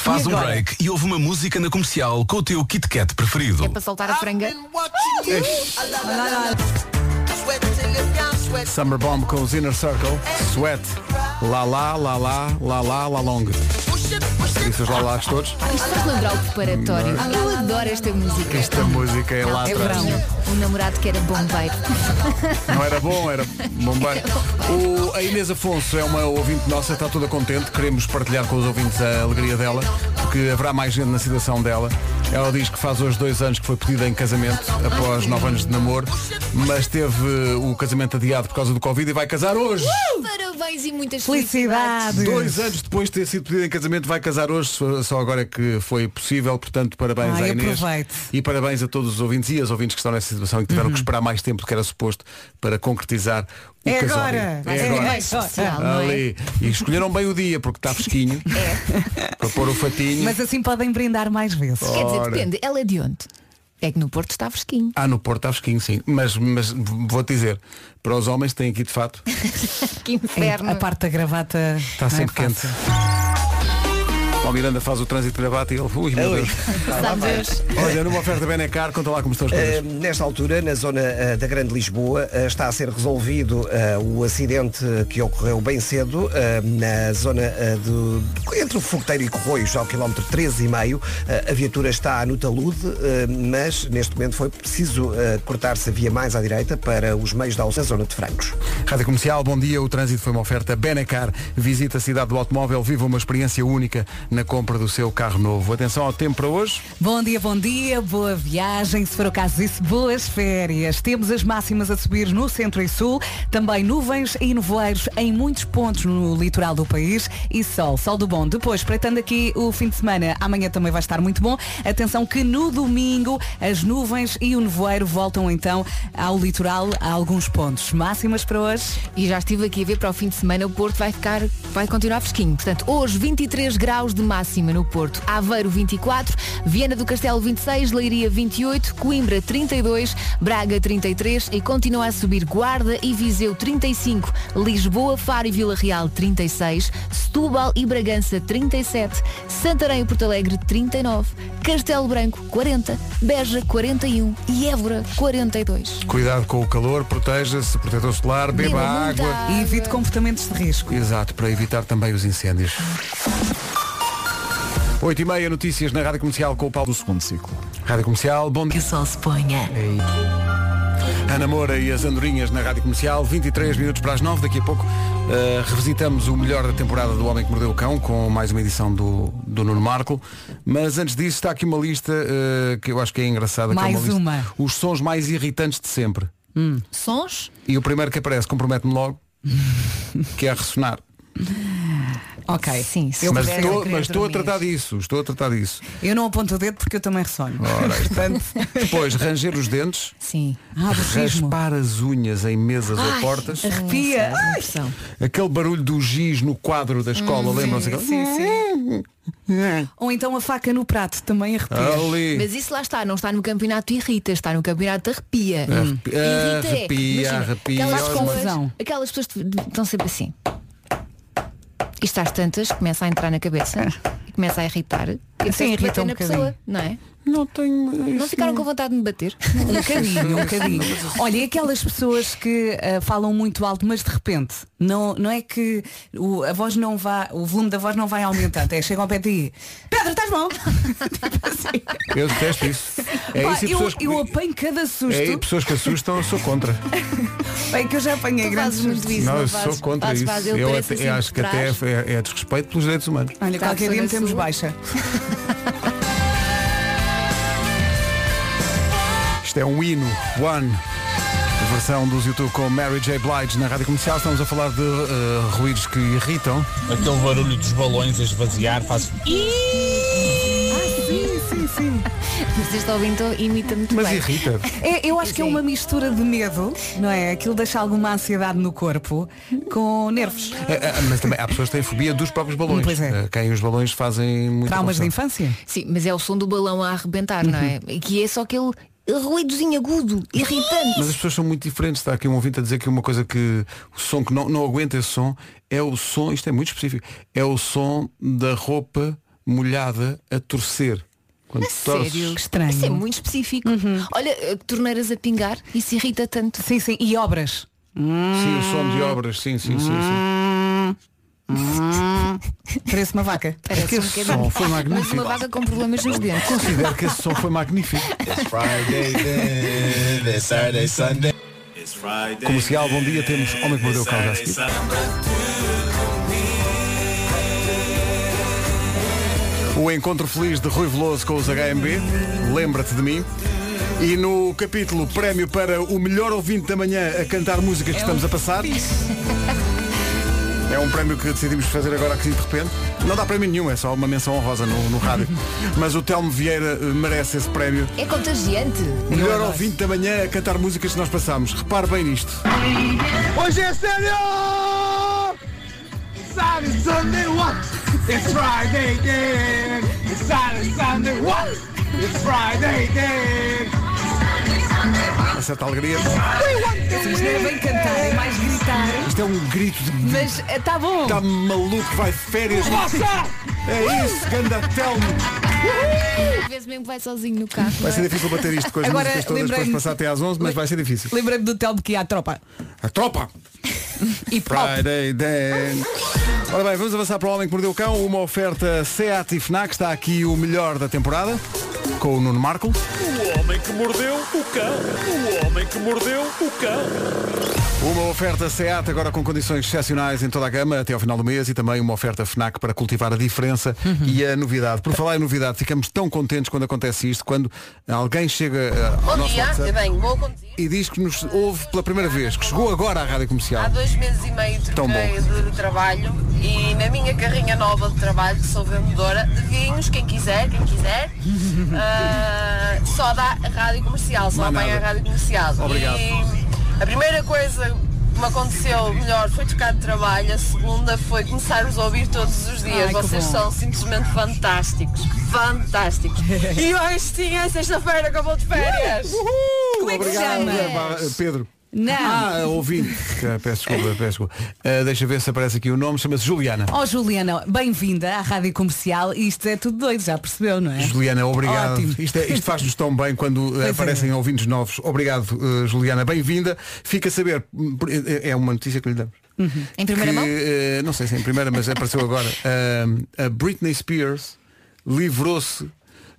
Faz um break e ouve uma música na comercial com o teu Kit Kat preferido. É para soltar a franga. É Summer Bomb com os Inner Circle. Sweat. Lá lá, lá lá, lá lá, lá long. Isso os lá lá todos. Isto faz lembrar o preparatório. Eu adoro esta música. Esta música é lá Eu atrás. tinha um namorado que era bombeiro. Não era bom, era bombeiro. O, a Inês Afonso é uma ouvinte nossa, está toda contente. Queremos partilhar com os ouvintes a alegria dela, porque haverá mais gente na situação dela. Ela diz que faz hoje dois anos que foi pedida em casamento, após nove anos de namoro, mas teve o casamento adiado por causa do Covid e vai casar hoje. Parabéns e muitas felicidades. Felicidade! Dois anos depois de ter sido pedido em casamento, vai casar hoje, só- só agora é que foi possível, portanto, parabéns Ai, à Inês. aproveite. Uhum. E parabéns a todos os ouvintes e aos ouvintes que estão nessa situação e que tiveram que esperar mais tempo do que era suposto para concretizar o É casório. agora! É agora. especial, não é? Ali. E escolheram bem o dia, porque está fresquinho. Para pôr o fatinho. É. Mas assim podem brindar mais vezes. Quer dizer, Ora. depende. Ela é de onde? É que no Porto está fresquinho. Ah, no Porto está fresquinho, sim. Mas, mas vou-te dizer, para os homens tem aqui de fato, Que É, inferno. a parte da gravata está não Tá é sempre quente. fácil. Paulo Miranda faz o trânsito de gravata e ele, ui, meu Deus. Sabe Deus. Olha, numa oferta Benecar, conta lá como estão as coisas. Eh, nesta altura, na zona eh, da Grande Lisboa, eh, está a ser resolvido eh, o acidente que ocorreu bem cedo eh, na zona eh, do, entre o Fogoteiro e Corroios, ao quilómetro 13,5. Eh, a viatura está no talude, eh, mas neste momento foi preciso eh, cortar-se a via mais à direita para os meios da Alça, zona de Francos. Rádio Comercial, bom dia. O trânsito foi uma oferta Benacar. Visita a cidade do automóvel, viva uma experiência única na compra do seu carro novo. Atenção ao tempo para hoje. Bom dia, bom dia, boa viagem, se for o caso disso, boas férias. Temos as máximas a subir no centro e sul, também nuvens e nevoeiros em muitos pontos no litoral do país e sol, sol do bom. Depois, espreitando aqui o fim de semana, amanhã também vai estar muito bom. Atenção que no domingo as nuvens e o nevoeiro voltam então ao litoral a alguns pontos. Máximas para hoje? E já estive aqui a ver para o fim de semana, o Porto vai ficar, vai continuar fresquinho. Portanto, hoje 23 graus de máxima no Porto, Aveiro 24, Viana do Castelo 26, Leiria 28, Coimbra 32, Braga 33 e continua a subir Guarda e Viseu 35, Lisboa, Faro e Vila Real 36, Setúbal e Bragança 37, Santarém e Porto Alegre 39, Castelo Branco 40, Beja 41 e Évora 42. Cuidado com o calor, proteja-se, protetor solar, beba, Beba muita água. E evite comportamentos de risco. Exato, para evitar também os incêndios. 8 e meia notícias na Rádio Comercial com o Paulo do segundo ciclo. Rádio Comercial, bom dia. Que o sol se ponha. Ana Moura e as Andorinhas na Rádio Comercial, 23 minutos para as 9, daqui a pouco eh, revisitamos o melhor da temporada do Homem que Mordeu o Cão, com mais uma edição do, do Nuno Marco. Mas antes disso está aqui uma lista eh, que eu acho que é engraçada. que é Mais lista- uma. Os sons mais irritantes de sempre. Sons? E o primeiro que aparece, comprometo-me logo, que é a ressonar. Ok. Sim, se Eu mas percebo. puder, eu estou, queria mas estou a dormir. tratar disso, estou a tratar disso. Eu não aponto o dedo porque eu também ressonho. Ora, aí está. Portanto, Depois, ranger os dentes, Sim. ah, do sismo. raspar as unhas em mesas ou portas, Arrepia. Essa impressão. aquele barulho do giz no quadro da escola, lembram-se? aquele- Hum, Sim, sim. Ou então a faca no prato também arrepia. Ali. Mas isso lá está, não está no campeonato irrita, está no campeonato arrepia. Hum. Arrepi- Irrita é, arrepia, imagina, arrepia, Aquelas olha. pessoas, Confusão. aquelas pessoas que estão sempre assim. Isto às tantas, começa a entrar na cabeça e começa a irritar. E depois Ah. Sim, irrita bater um na pessoa, bocadinho. não é? Não tenho. Não ficaram com vontade de me bater? Um bocadinho, um bocadinho. Olha, e aquelas pessoas que ah, falam muito alto, mas de repente, não, não é que o, a voz não vá, o volume da voz não vai aumentando, é chega ao pé de ti, Pedro, estás bom? Tipo assim. Eu detesto isso. É Pá, isso e eu, pessoas que. eu apanho cada susto. É aí pessoas que assustam, eu sou contra. Bem, que eu já apanhei Tu grandes fazes muito sustos. isso, não, não eu fazes? sou contra Fazes, isso. fazes, ele eu parece até- assim eu por acho que até trás. é, é desrespeito pelos direitos humanos. Olha, Está a qualquer dia pessoa metemos Tá, sua. baixa. Isto é um hino, One. Versão dos YouTube com Mary J. Blige na rádio comercial. Estamos a falar de eh, ruídos que irritam. Aquele barulho dos balões a esvaziar faz. Ah, Sim, sim, sim. Mas este ouvinte imita muito Mas bem. irrita. É, eu acho que é uma mistura de medo, não é? Aquilo deixa alguma ansiedade no corpo com nervos. Eh, eh, Mas também há pessoas que têm fobia dos próprios balões. Pois é. Eh, Quem os balões fazem muito. Traumas de infância. Sim, mas é o som do balão a arrebentar, não é? Uhum. E que é só aquele ruídozinho agudo, irritante. Mas as pessoas são muito diferentes. Está aqui um ouvinte a dizer que uma coisa que o som que não, não aguenta esse som é o som, isto é muito específico, é o som da roupa molhada a torcer. Quando torces. Sério? Estranho. Uhum. Isso é muito específico. Olha, eh, torneiras a pingar, isso irrita tanto. Sim, sim. E obras. Sim, o som de obras, sim, sim, sim. Hum. sim. Parece uma vaca. Parece um É som bocadinho. foi Mas magnífico. uma vaca com problemas nos dentes. Considero que esse som foi magnífico. Comercial, bom dia, temos Homem que Mordeu o Cão já a seguir. O encontro feliz de Rui Veloso com os HMB, lembra-te de mim. E no capítulo Prémio para o melhor ouvinte da manhã a cantar músicas que estamos a passar. É um prémio que decidimos fazer agora aqui de repente. Não dá prémio nenhum, é só uma menção honrosa no, no rádio. Mas o Telmo Vieira eh, merece esse prémio. É contagiante. é Melhor ouvinte da manhã a cantar músicas que nós passámos. Repare bem nisto. Hoje é sério! Saturday, Sunday, what? It's Friday then! It's Saturday, Sunday, what? It's Friday then! A certa alegria. Mas não é bem cantar, é mais gritar. Isto é um grito de Mas eh, tá está bom. está Tá maluco, vai de férias. É isso, ganda Telmo. Às vezes mesmo vai sozinho no carro. Vai ser não é? difícil bater isto com as Agora, músicas todas, depois lembrei-me- passar até às 11, mas vai ser difícil. Lembrei-me do Telmo que ia à tropa. A tropa! E pop. Friday then. Ora bem, vamos avançar para o Homem que Mordeu o Cão. Uma oferta SEAT e FNAC. Está aqui o melhor da temporada. com o Nuno Marco. O homem que mordeu o cão. O homem que mordeu o cão. Uma oferta SEAT agora com condições excepcionais em toda a gama até ao final do mês e também uma oferta FNAC para cultivar a diferença e a novidade. Por falar em novidade, ficamos tão contentes quando acontece isto, quando alguém chega eh, ao Bom nosso dia, eu WhatsApp bem, vou conduzir. e diz que nos ouve pela primeira vez, que chegou agora à Rádio Há Comercial. dois meses e meio Tão troquei de trabalho e na minha carrinha nova de trabalho, que sou vendedora de vinhos, quem quiser, quem quiser, ah, só dá a rádio comercial, só Não há apanha a nada. rádio comercial. Obrigado. E a primeira coisa que me aconteceu melhor foi trocar de trabalho, a segunda foi começar-vos a ouvir todos os dias. Ai, que Vocês bom. são simplesmente fantásticos, fantásticos. e hoje sim, é sexta-feira, acabou de férias. Como é que se Obrigado, chama? Zé Barra- eh, Pedro. Não. Ah, ouvi. Peço desculpa, peço desculpa. Ah, deixa ver se aparece aqui o nome, chama-se Juliana. Oh Juliana, bem-vinda à Rádio Comercial. Isto é tudo doido, já percebeu, não é? Juliana, obrigado. Ótimo. Isto, é- isto faz-nos tão bem quando eh, é. aparecem ouvintes novos. Obrigado, eh, Juliana. Bem-vinda. Fica a saber, hum, por- eh, é uma notícia que lhe damos. Uhum. Em primeira que, mão? eh, não sei se é em primeira, mas apareceu agora. Ah, a Britney Spears livrou-se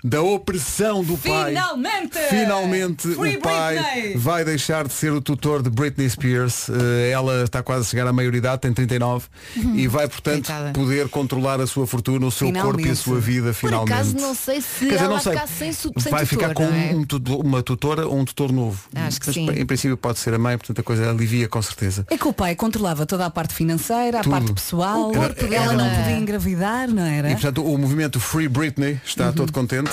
da opressão do pai. Finalmente! Finalmente Free o pai Britney! vai deixar de ser o tutor de Britney Spears. Eh, ela está quase a chegar à maioridade, tem 39 Uhum. e vai, portanto, Coitada. poder controlar a sua fortuna, o seu corpo e a Finalmente. sua vida Por finalmente. acaso não sei Quer se dizer, ela não sei. ficar sem, su- sem vai tutor, ficar com não é? um tutor- uma tutora ou um tutor novo. Acho que Mas, sim. Em princípio pode ser a mãe, portanto a coisa alivia com certeza. É que o pai controlava toda a parte financeira, a Tudo. parte pessoal. O corpo Era- Então, ela era- não podia engravidar, não era? Uhum. E portanto o movimento Free Britney está todo contente.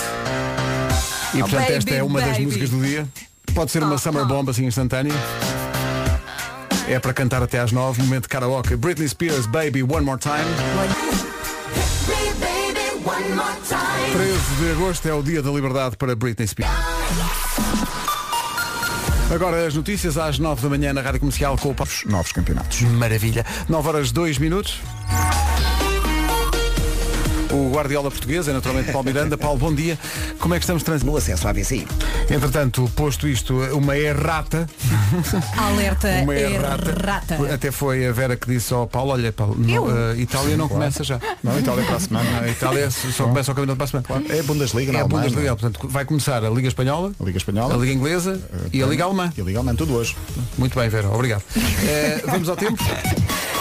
E portanto baby, esta é uma das baby. Oh, músicas do dia. Pode ser uma summer bomb assim instantânea. É para cantar até às 9, momento de karaoke. Britney Spears, Baby, One More Time. 13 de agosto é o dia da liberdade para Britney Spears. Agora as notícias às 9 da manhã na Rádio Comercial com o Papo. Novos campeonatos. Maravilha. 9 horas 2 minutos. O guardiola português é naturalmente Paulo Miranda. Paulo, bom dia. Como é que estamos trans... No acesso à ABC. Entretanto, posto isto, uma errata. Alerta é Uma errata. errata. Até foi a Vera que disse ao Paulo, olha Paulo, não, Eu? a Itália não começa já. Não, Itália é para a A semana. Itália só começa o campeonato para a semana. Claro. É a Bundesliga, É na a Alemanha. Bundesliga, portanto, vai começar a Liga Espanhola, A Liga a Espanhola. Eh, Liga Inglesa e a Liga Alemã. E a Liga Alemã, tudo hoje. Muito bem, Vera, obrigado. Eh, vamos ao tempo?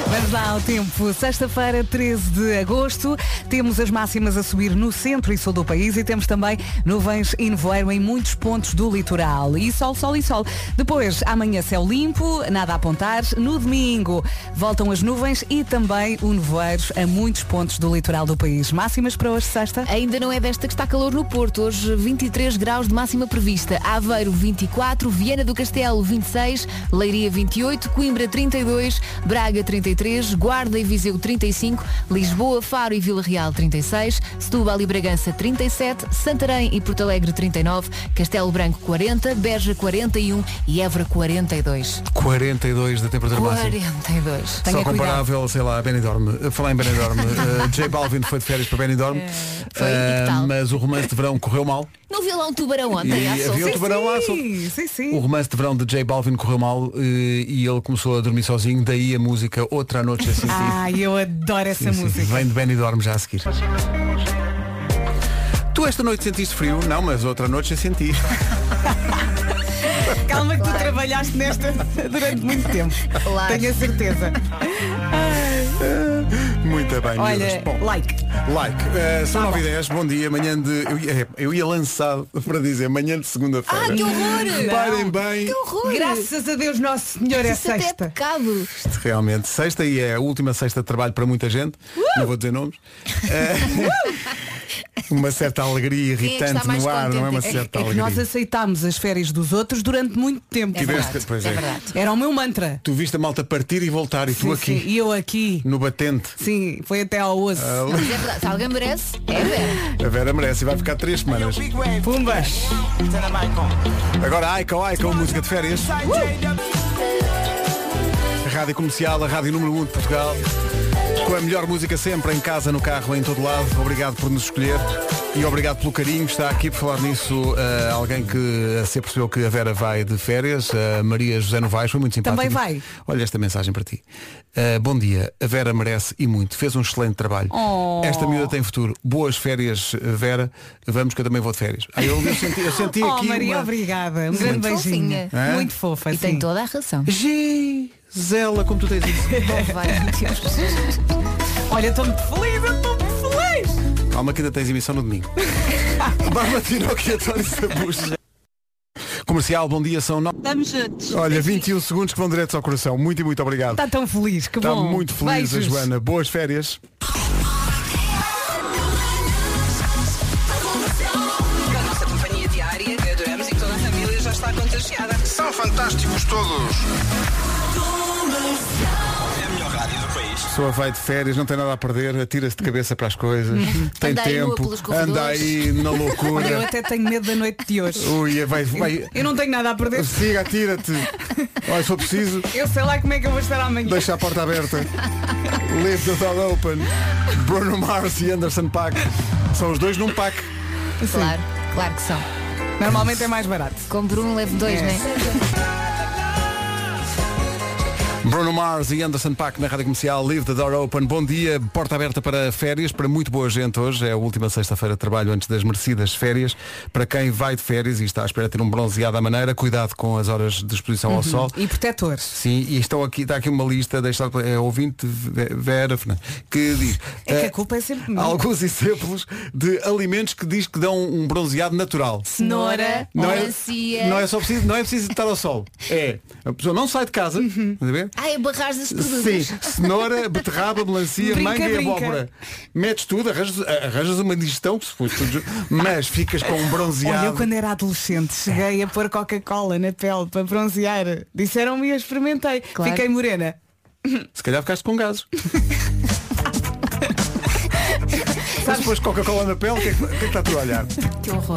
Vamos lá ao tempo. Sexta-feira, 13 de agosto. Temos as máximas a subir no centro e sul do país e temos também nuvens e nevoeiro em muitos pontos do litoral. E sol, sol e sol. Depois, amanhã céu limpo, nada a apontar. No domingo, voltam as nuvens e também o nevoeiro a muitos pontos do litoral do país. Máximas para hoje, sexta? Ainda não é desta que está calor no Porto. Hoje 23 graus de máxima prevista. Aveiro 24, Viana do Castelo 26, Leiria 28, Coimbra 32, Braga 33, Guarda e Viseu 35, Lisboa, Faro e Vila Real 36, Setúbal e Bragança 37, Santarém e Porto Alegre 39, Castelo Branco 40, Beja 41 e Évora 42. 42 da temperatura máxima. 42. Só Tenha cuidado. comparável, sei lá, a Benidorm. A Falar em Benidorm, eh, J Balvin foi de férias para Benidorm, É, Foi, e eh, que tal? mas o romance de verão correu mal. Não viu lá um tubarão ontem? E à solta? havia outro tubarão lá, solto. Sim, sim, sim. O romance de verão de J Balvin correu mal eh, e ele começou a dormir sozinho, daí a música Outra Noite Assim. Ah, Ai, Ah, eu adoro essa música. Vem de Benidorm já a seguir. Tu esta noite sentiste frio? Não, mas outra noite eu senti. Calma que tu trabalhaste nesta durante muito tempo. Claro. Tenho a certeza. Muito bem, Olha, miúdas. Bom, like. like. Eh, Tá são 9 e 10, bom dia. Manhã de. Eu ia, é, eu ia lançar para dizer manhã de segunda-feira. Ah, que horror! Parem bem. Que horror! Graças a Deus Nosso Senhor é Isso até é sexta. pecado. Isto realmente. Sexta e é a última sexta de trabalho para muita gente. Não vou dizer nomes. Eh, uma certa alegria Uh! Quem é que está irritante mais no ar, não é uma contente? É, certa que- é que alegria. nós aceitámos as férias dos outros durante muito tempo. Tiveste- pois é. Era o meu mantra. Tu viste a malta partir e voltar e tu Sim, aqui, sim, E eu aqui. no batente. Sim, foi até ao osso. Ah, Não, mas é verdade. Se alguém merece, é Vera. A Vera merece e vai ficar três semanas. Pumba! Agora Aiko, Aiko, música de férias. Uh! Rádio Comercial, a Rádio Número 1 de um Portugal. Com a melhor música sempre, em casa, no carro, em todo lado. Obrigado por nos escolher e obrigado pelo carinho. Está aqui por falar nisso eh, alguém que se apercebeu que a Vera vai de férias, a Maria José Novaes, foi muito simpática. Também vai. Olha esta mensagem para ti. Eh, bom dia, a Vera merece e muito. Fez um excelente trabalho. Oh. Esta miúda tem futuro. Boas férias, eh, Vera. Vamos que eu também vou de férias. Ah, eu, eu senti, eu senti oh, aqui. Maria, uma- obrigada. Um Muito É? grande beijinho. fofinha. Hã? Muito fofa. E sim. tem toda a razão. Gisela, como tu tens isso. Oh, vai, meu Deus. Olha, estou muito feliz, eu estou muito feliz. Calma que ainda tens emissão no domingo. Bárbara Tinoco e António Sabuja. Comercial, bom dia, são nove. Estamos juntos. Olha, 21 segundos que vão direto ao coração. Muito e muito obrigado. Está tão feliz, que Está bom. Tá muito feliz Beijos. a Joana. Boas férias. A nossa companhia diária que adoramos e que toda a família já está contagiada. São fantásticos todos. É a melhor rádio do país. A pessoa vai de férias, não tem nada a perder, atira-se de cabeça para as coisas, tem Anda aí nua tempo, pelos corredores. anda aí na Olha, eu loucura. até tenho medo da noite de hoje. Ui, vai, vai. Eu não tenho nada a perder. Siga, atira-te. Olha, se for preciso, Eu sei lá como é que eu vou estar amanhã. Deixa a porta aberta. Leave the door open. Bruno Mars e Anderson Paak. São os dois num pack. Claro, claro que são. Normalmente é mais barato. Com Bruno levo dois, É. né? Bruno Mars e Anderson Paak na rádio comercial. Leave the door open. Bom dia. Porta aberta para férias. Para muito boa gente hoje. É a última sexta-feira de trabalho antes das merecidas férias. Para quem vai de férias e está à espera de ter um bronzeado à maneira, cuidado com as horas de exposição Uhum. ao sol. E protetores. Sim, e estão aqui, está aqui uma lista deixada pela é, ouvinte Ve- Vera Fernandes, que diz É que eh, a culpa é sempre há minha. alguns exemplos de alimentos que diz que dão um bronzeado natural. Cenoura, Não é, melancia. não é só preciso, não é preciso estar ao sol. É, a pessoa não sai de casa, Uhum. estás a ver? Ai, barrar esses Sim, produtos. cenoura, beterraba, melancia, Brinca, manga e brinca. abóbora. Metes tudo, arranjas, arranjas uma digestão, se fosse tudo, junto, mas ficas com um Olha, bronzeado. eu quando era adolescente cheguei a pôr Coca-Cola na pele para bronzear. Disseram-me e eu experimentei. Claro. Fiquei morena. Se calhar ficaste com gases. Sabes depois Coca-Cola na pele, o que é que, o que é que está-te a olhar? Que horror.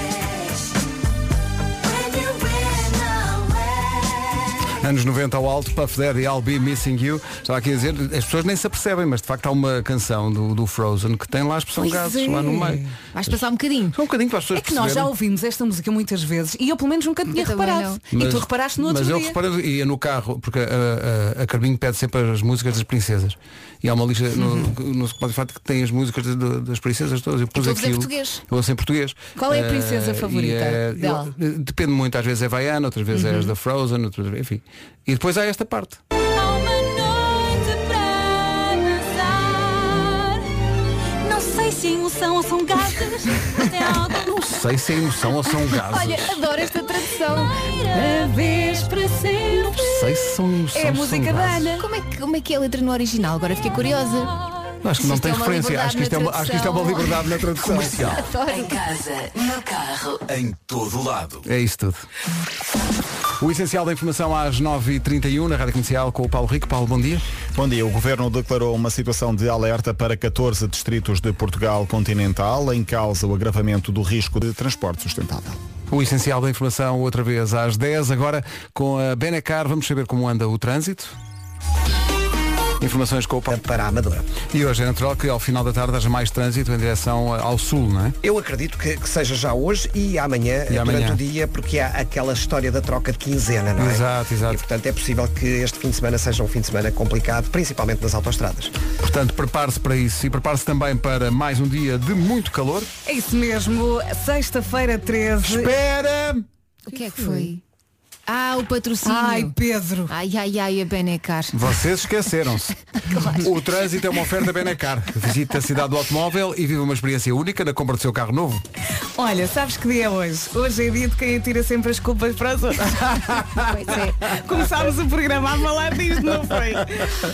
Anos 90 ao alto, Puff Daddy, I'll Be Missing You. Estava aqui a dizer, as pessoas nem se apercebem, mas de facto há uma canção do, do Frozen que tem lá a expressão Pois gases é. lá no meio. Vais passar um bocadinho. Só um bocadinho para as pessoas É que nós já perceberem. ouvimos esta música muitas vezes e eu pelo menos nunca tinha Eu também reparado. E tu reparaste no outro mas dia. eu reparo e ia no carro, porque a, a, a Carminho pede sempre as músicas das princesas. E há uma lista no, no Spotify que tem as músicas de- de- das princesas todas. Eu pus Uhum. tu ouves em aquilo. português? Eu ouço em português. Qual é a Eh, princesa e favorita é- dela? Uhum. eu- eh, depende muito, às vezes é Vaiana, outras vezes é as da Frozen, outras vezes, enfim. E depois há esta parte. Há uma noite para dançar. Não sei se emoção ou são gatas. Até algo Não sei se é emoção ou são gases. Olha, adoro esta tradução. a vez para Não sempre. sei se são emoção É a ou música são da gases. Ana. Como é, que, como é que é a letra no original? Agora fiquei curiosa. Acho que não Isto tem é uma referência. Acho que, isto é uma, liberdade acho que isto é uma na liberdade na tradução. Adoro. Em todo lado. É isso tudo. O essencial da informação às 9h31 na Rádio Comercial com o Paulo Rico. Paulo, bom dia. Bom dia. O Governo declarou uma situação de alerta para 14 distritos de Portugal continental, em causa o agravamento do risco de transporte sustentável. O essencial da informação outra vez às 10 agora com a Benacar. Vamos saber como anda o trânsito. Informações com o Paulo. Para a Amadora. E hoje é natural que ao final da tarde haja mais trânsito em direção ao sul, não é? Eu acredito que, que seja já hoje e amanhã, E amanhã. durante o dia, porque há aquela história da troca de quinzena, não é? Exato, exato. E, portanto, é possível que este fim de semana seja um fim de semana complicado, principalmente nas autostradas. Portanto, prepare-se para isso e prepare-se também para mais um dia de muito calor. É isso mesmo, sexta-feira 13. Espera! O que é que foi? Ah, o patrocínio. Ai, Pedro. Ai, ai, ai, a Benecar. Vocês esqueceram-se. O trânsito é uma oferta Benacar. Visite a cidade do automóvel e viva uma experiência única na compra do seu carro novo. Olha, sabes que dia é hoje? Hoje é dia de quem atira sempre as culpas para os outros. Pois é. Começámos o programa a falar disto, não foi?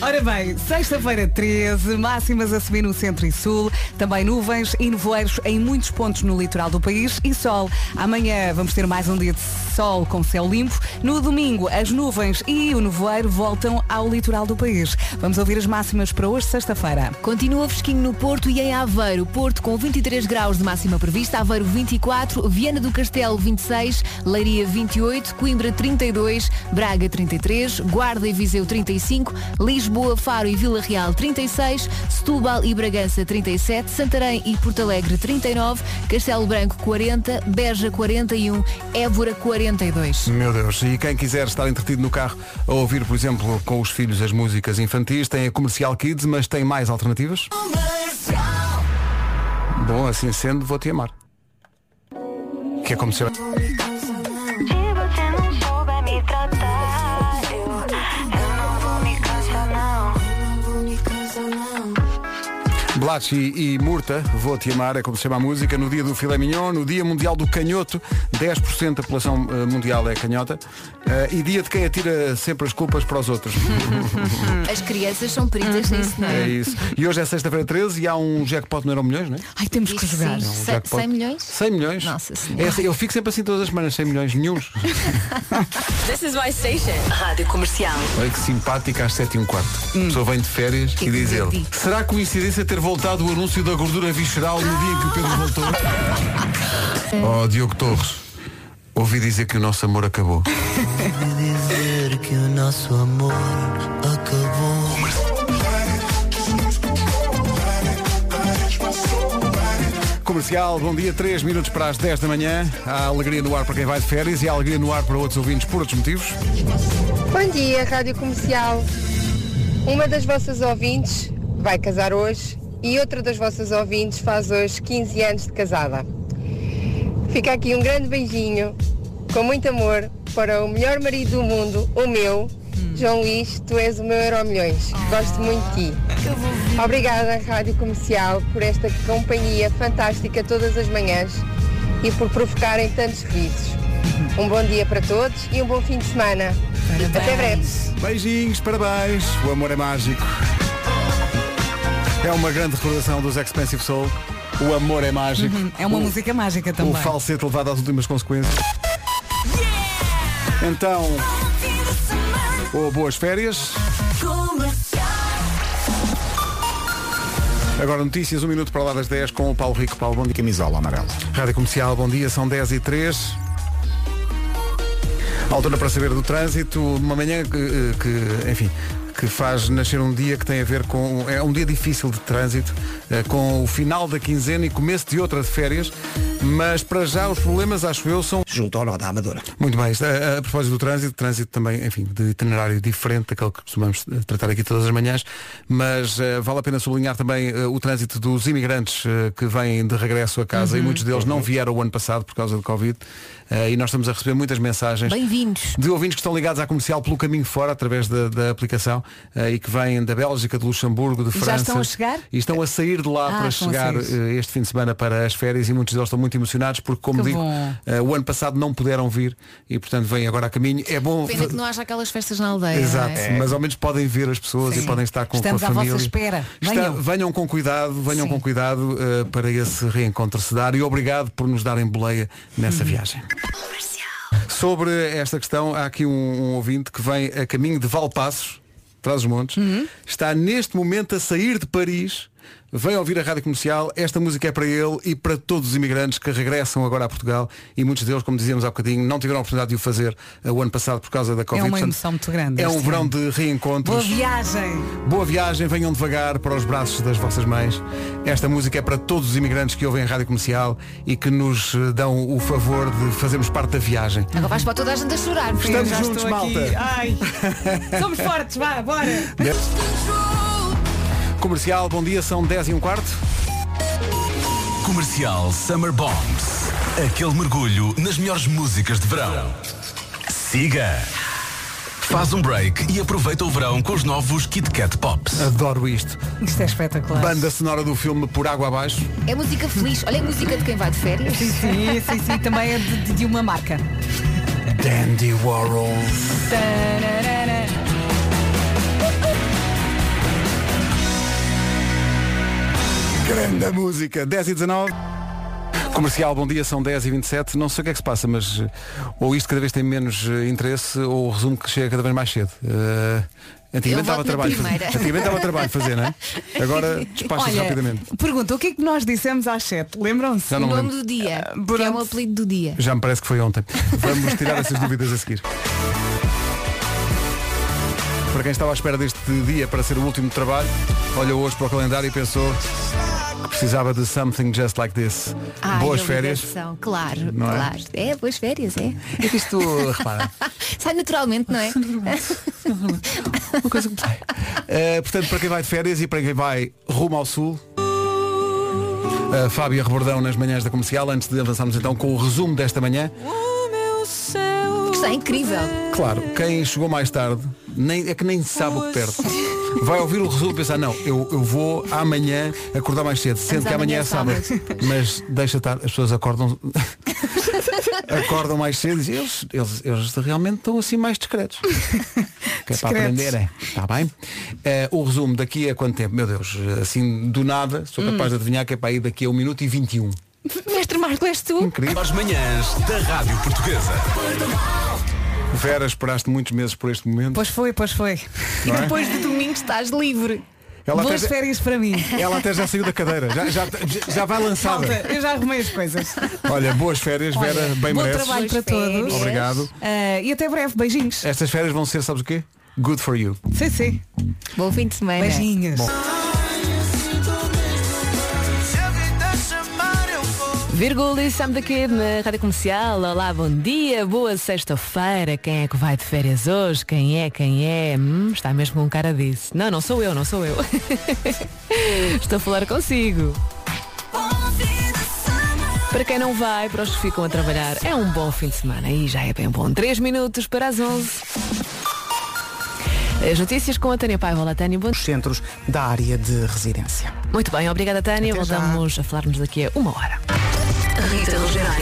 Ora bem, sexta-feira 13, máximas a subir no centro e sul, também nuvens e nevoeiros em muitos pontos no litoral do país e sol. Amanhã vamos ter mais um dia de sol com céu limpo, tempo. No domingo, as nuvens e o nevoeiro voltam ao litoral do país. Vamos ouvir as máximas para hoje, sexta-feira. Continua fresquinho no Porto e em Aveiro. Porto com 23 graus de máxima prevista, Aveiro 24, Viana do Castelo 26, Leiria 28, Coimbra 32, Braga 33, Guarda e Viseu 35, Lisboa, Faro e Vila Real 36, Setúbal e Bragança 37, Santarém e Porto Alegre 39, Castelo Branco 40, Beja 41, Évora 42. Meu Deus, e quem quiser estar entretido no carro a ouvir, por exemplo, com os filhos as músicas infantis, tem a Comercial Kids, mas tem mais alternativas? Bom, assim sendo, vou-te amar. Que é como se... Se você não souber me tratar, eu, eu não vou me cansar, não. Blachi e Murta, Vou Te Amar, é como se chama a música, no dia do filé mignon, no dia mundial do canhoto, 10% da população eh, mundial é canhota, eh, e dia de quem atira sempre as culpas para os outros. As crianças são peritas nisso, não é? é isso. E hoje é sexta-feira 13 e há um jackpot no Euromilhões, não é? Ai, temos que jogar. É um jackpot. 100 milhões? 100 milhões? Nossa Senhora. É assim, eu fico sempre assim todas as semanas, 100 milhões, nenhum. This is my station. Rádio Comercial. Olha que simpática às 7 e um quarto. A pessoa vem de férias e diz ele. Será coincidência ter voltado o anúncio da gordura visceral no dia em que o Pedro voltou? oh, Diogo Torres, ouvi dizer que o nosso amor acabou. dizer que o nosso amor acabou. Comercial, bom dia, 3 minutos para as 10 da manhã. Há alegria no ar para quem vai de férias e há alegria no ar para outros ouvintes por outros motivos. Bom dia, Rádio Comercial. Uma das vossas ouvintes vai casar hoje e outra das vossas ouvintes faz hoje 15 anos de casada. Fica aqui um grande beijinho, com muito amor, para o melhor marido do mundo, o meu, João Luís, tu és o meu Euromilhões. Gosto muito de ti. Obrigada, Rádio Comercial, por esta companhia fantástica todas as manhãs e por provocarem tantos risos. Um bom dia para todos e um bom fim de semana. Até breve. Beijinhos, parabéns. O amor é mágico. É uma grande recordação dos Expensive Soul. O amor é mágico. Uhum, É uma O- música mágica também. O falsete levado às últimas consequências. Então, oh, boas férias. Agora notícias, um minuto para lá das 10 com o Paulo Rico. Paulo, bom dia. Camisola amarela. Rádio Comercial, bom dia, são 10 e 3. Altura para saber do trânsito, uma manhã que, que, enfim, que faz nascer um dia que tem a ver com. É um dia difícil de trânsito, eh, com o final da quinzena e começo de outra de férias, mas para já os problemas, acho eu, são. Junto ao nó da Amadora. Muito bem, é, a, a- a propósito do trânsito, trânsito também, enfim, de itinerário diferente daquele que costumamos eh, tratar aqui todas as manhãs, mas eh, vale a pena sublinhar também eh, o trânsito dos imigrantes eh, que vêm de regresso a casa e Uhum. muitos deles não vieram o ano passado por causa do Covid eh, e nós estamos a receber muitas mensagens Bem-vindos. de ouvintes que estão ligados à comercial pelo caminho fora através da, da aplicação eh, e que vêm da Bélgica, de Luxemburgo, de E já França. estão a chegar? E estão a sair de lá Ah, para estão a chegar sair. eh, este fim de semana para as férias e muitos deles estão muito emocionados porque, como Que digo, bom. eh, o ano passado não puderam vir e, portanto, vêm agora a caminho. É bom. Pena que não haja aquelas festas na aldeia. Exato, não é? mas ao menos podem ver as pessoas Sim. e podem estar com, com Estamos a à vossa família. espera. Está- Venham. venham com cuidado, venham com cuidado eh, para esse reencontro se dar e obrigado por nos darem boleia nessa Uhum. viagem. Sobre esta questão, há aqui um, um ouvinte que vem a caminho de Valpaços, traz os montes, Uhum. está neste momento a sair de Paris, vem ouvir a rádio comercial, esta música é para ele e para todos os imigrantes que regressam agora a Portugal e muitos deles, como dizíamos há bocadinho, não tiveram a oportunidade de o fazer eh, o ano passado por causa da Covid. É uma Portanto, emoção muito grande É um este verão ano. de reencontros. Boa viagem! Boa viagem, venham devagar para os braços das vossas mães. Esta música é para todos os imigrantes que ouvem a rádio comercial e que nos eh, dão o favor de fazermos parte da viagem. Agora vais para toda a gente a chorar. porque Estamos eu já juntos, estou aqui. malta. Ai, somos fortes, vá, bora! Comercial, bom dia, são 10 e um quarto. Comercial Summer Bombs. Aquele mergulho nas melhores músicas de verão. Siga. Faz um break e aproveita o verão com os novos Kit Kat Pops. Adoro isto. Isto é espetacular. Banda sonora do filme Por Água Abaixo. É música feliz. Olha, é música de quem vai de férias. Sim, sim, sim, sim, também é de, de uma marca. Dandy Warhol. Tararara. Grande música. 10 e 19. Comercial, bom dia, são 10h27. Não sei o que é que se passa, mas eh, ou isto cada vez tem menos eh, interesse ou o resumo que chega cada vez mais cedo. Eh, Eu antigamente dava voto na trabalho. fazer- primeira. Antigamente dava trabalho fazer, não é? Agora despachas Olha, rapidamente. Pergunta, o que é que nós dissemos às 7? Lembram-se? Já não O nome lembro. Ah, do dia. que é o apelido do dia. Já me parece que foi ontem. Vamos tirar essas dúvidas a seguir. Para quem estava à espera deste dia para ser o último trabalho, olhou hoje para o calendário e pensou que precisava de something just like this. Ai, Boas a férias. ligação, Claro, Não é? claro. É? boas férias, é. É que isto, repara, Sai naturalmente, não é? Uma coisa que sai. eh, portanto, para quem vai de férias e para quem vai rumo ao sul, a Fábia Rebordão nas manhãs da comercial, antes de avançarmos então com o resumo desta manhã. Está incrível. Claro, quem chegou mais tarde nem, é que nem sabe o que perde. Vai ouvir o resumo e pensar, não, eu, eu vou amanhã acordar mais cedo, sendo Mas que amanhã amanhã é sábado. é Mas deixa estar, as pessoas acordam, acordam mais cedo e dizem, eles, eles, eles realmente estão assim mais discretos. Que é para Discretos. aprenderem, está bem? Eh, o resumo daqui a quanto tempo? Meu Deus, assim do nada, sou capaz Hum. de adivinhar que é para ir daqui a 1 minuto e 21. Mestre Marco, és tu? Incrível. As manhãs da Rádio Portuguesa. Vera, esperaste muitos meses por este momento. Pois foi, pois foi. Não é? E depois de domingo estás livre. Ela Boas até- férias para mim. Ela até já saiu da cadeira, já, já, já- já vai lançada. Malta, eu já arrumei as coisas. Olha, boas férias, Vera, Olha, bem bom mereces. trabalho para todos. Obrigado. Ah, e até breve, beijinhos. Estas férias vão ser, sabes o quê? Good for you. Sim, sim. Bom fim de semana. Beijinhos. É. Bom. Virgula e Sam da Kid na Rádio Comercial. Olá, bom dia, boa sexta-feira. Quem é que vai de férias hoje? Quem é, quem é? Hum, está mesmo com cara disso. Não, não sou eu, não sou eu. Estou a falar consigo. Para quem não vai, para os que ficam a trabalhar, é um bom fim de semana e já é bem bom. 3 minutos para as 11. As notícias com a Tânia Paiva. Olá, Tânia. Bom... Centros da área de residência. Muito bem, obrigada, Tânia. Voltamos a falarmos daqui a uma hora. Rita Rogeroni.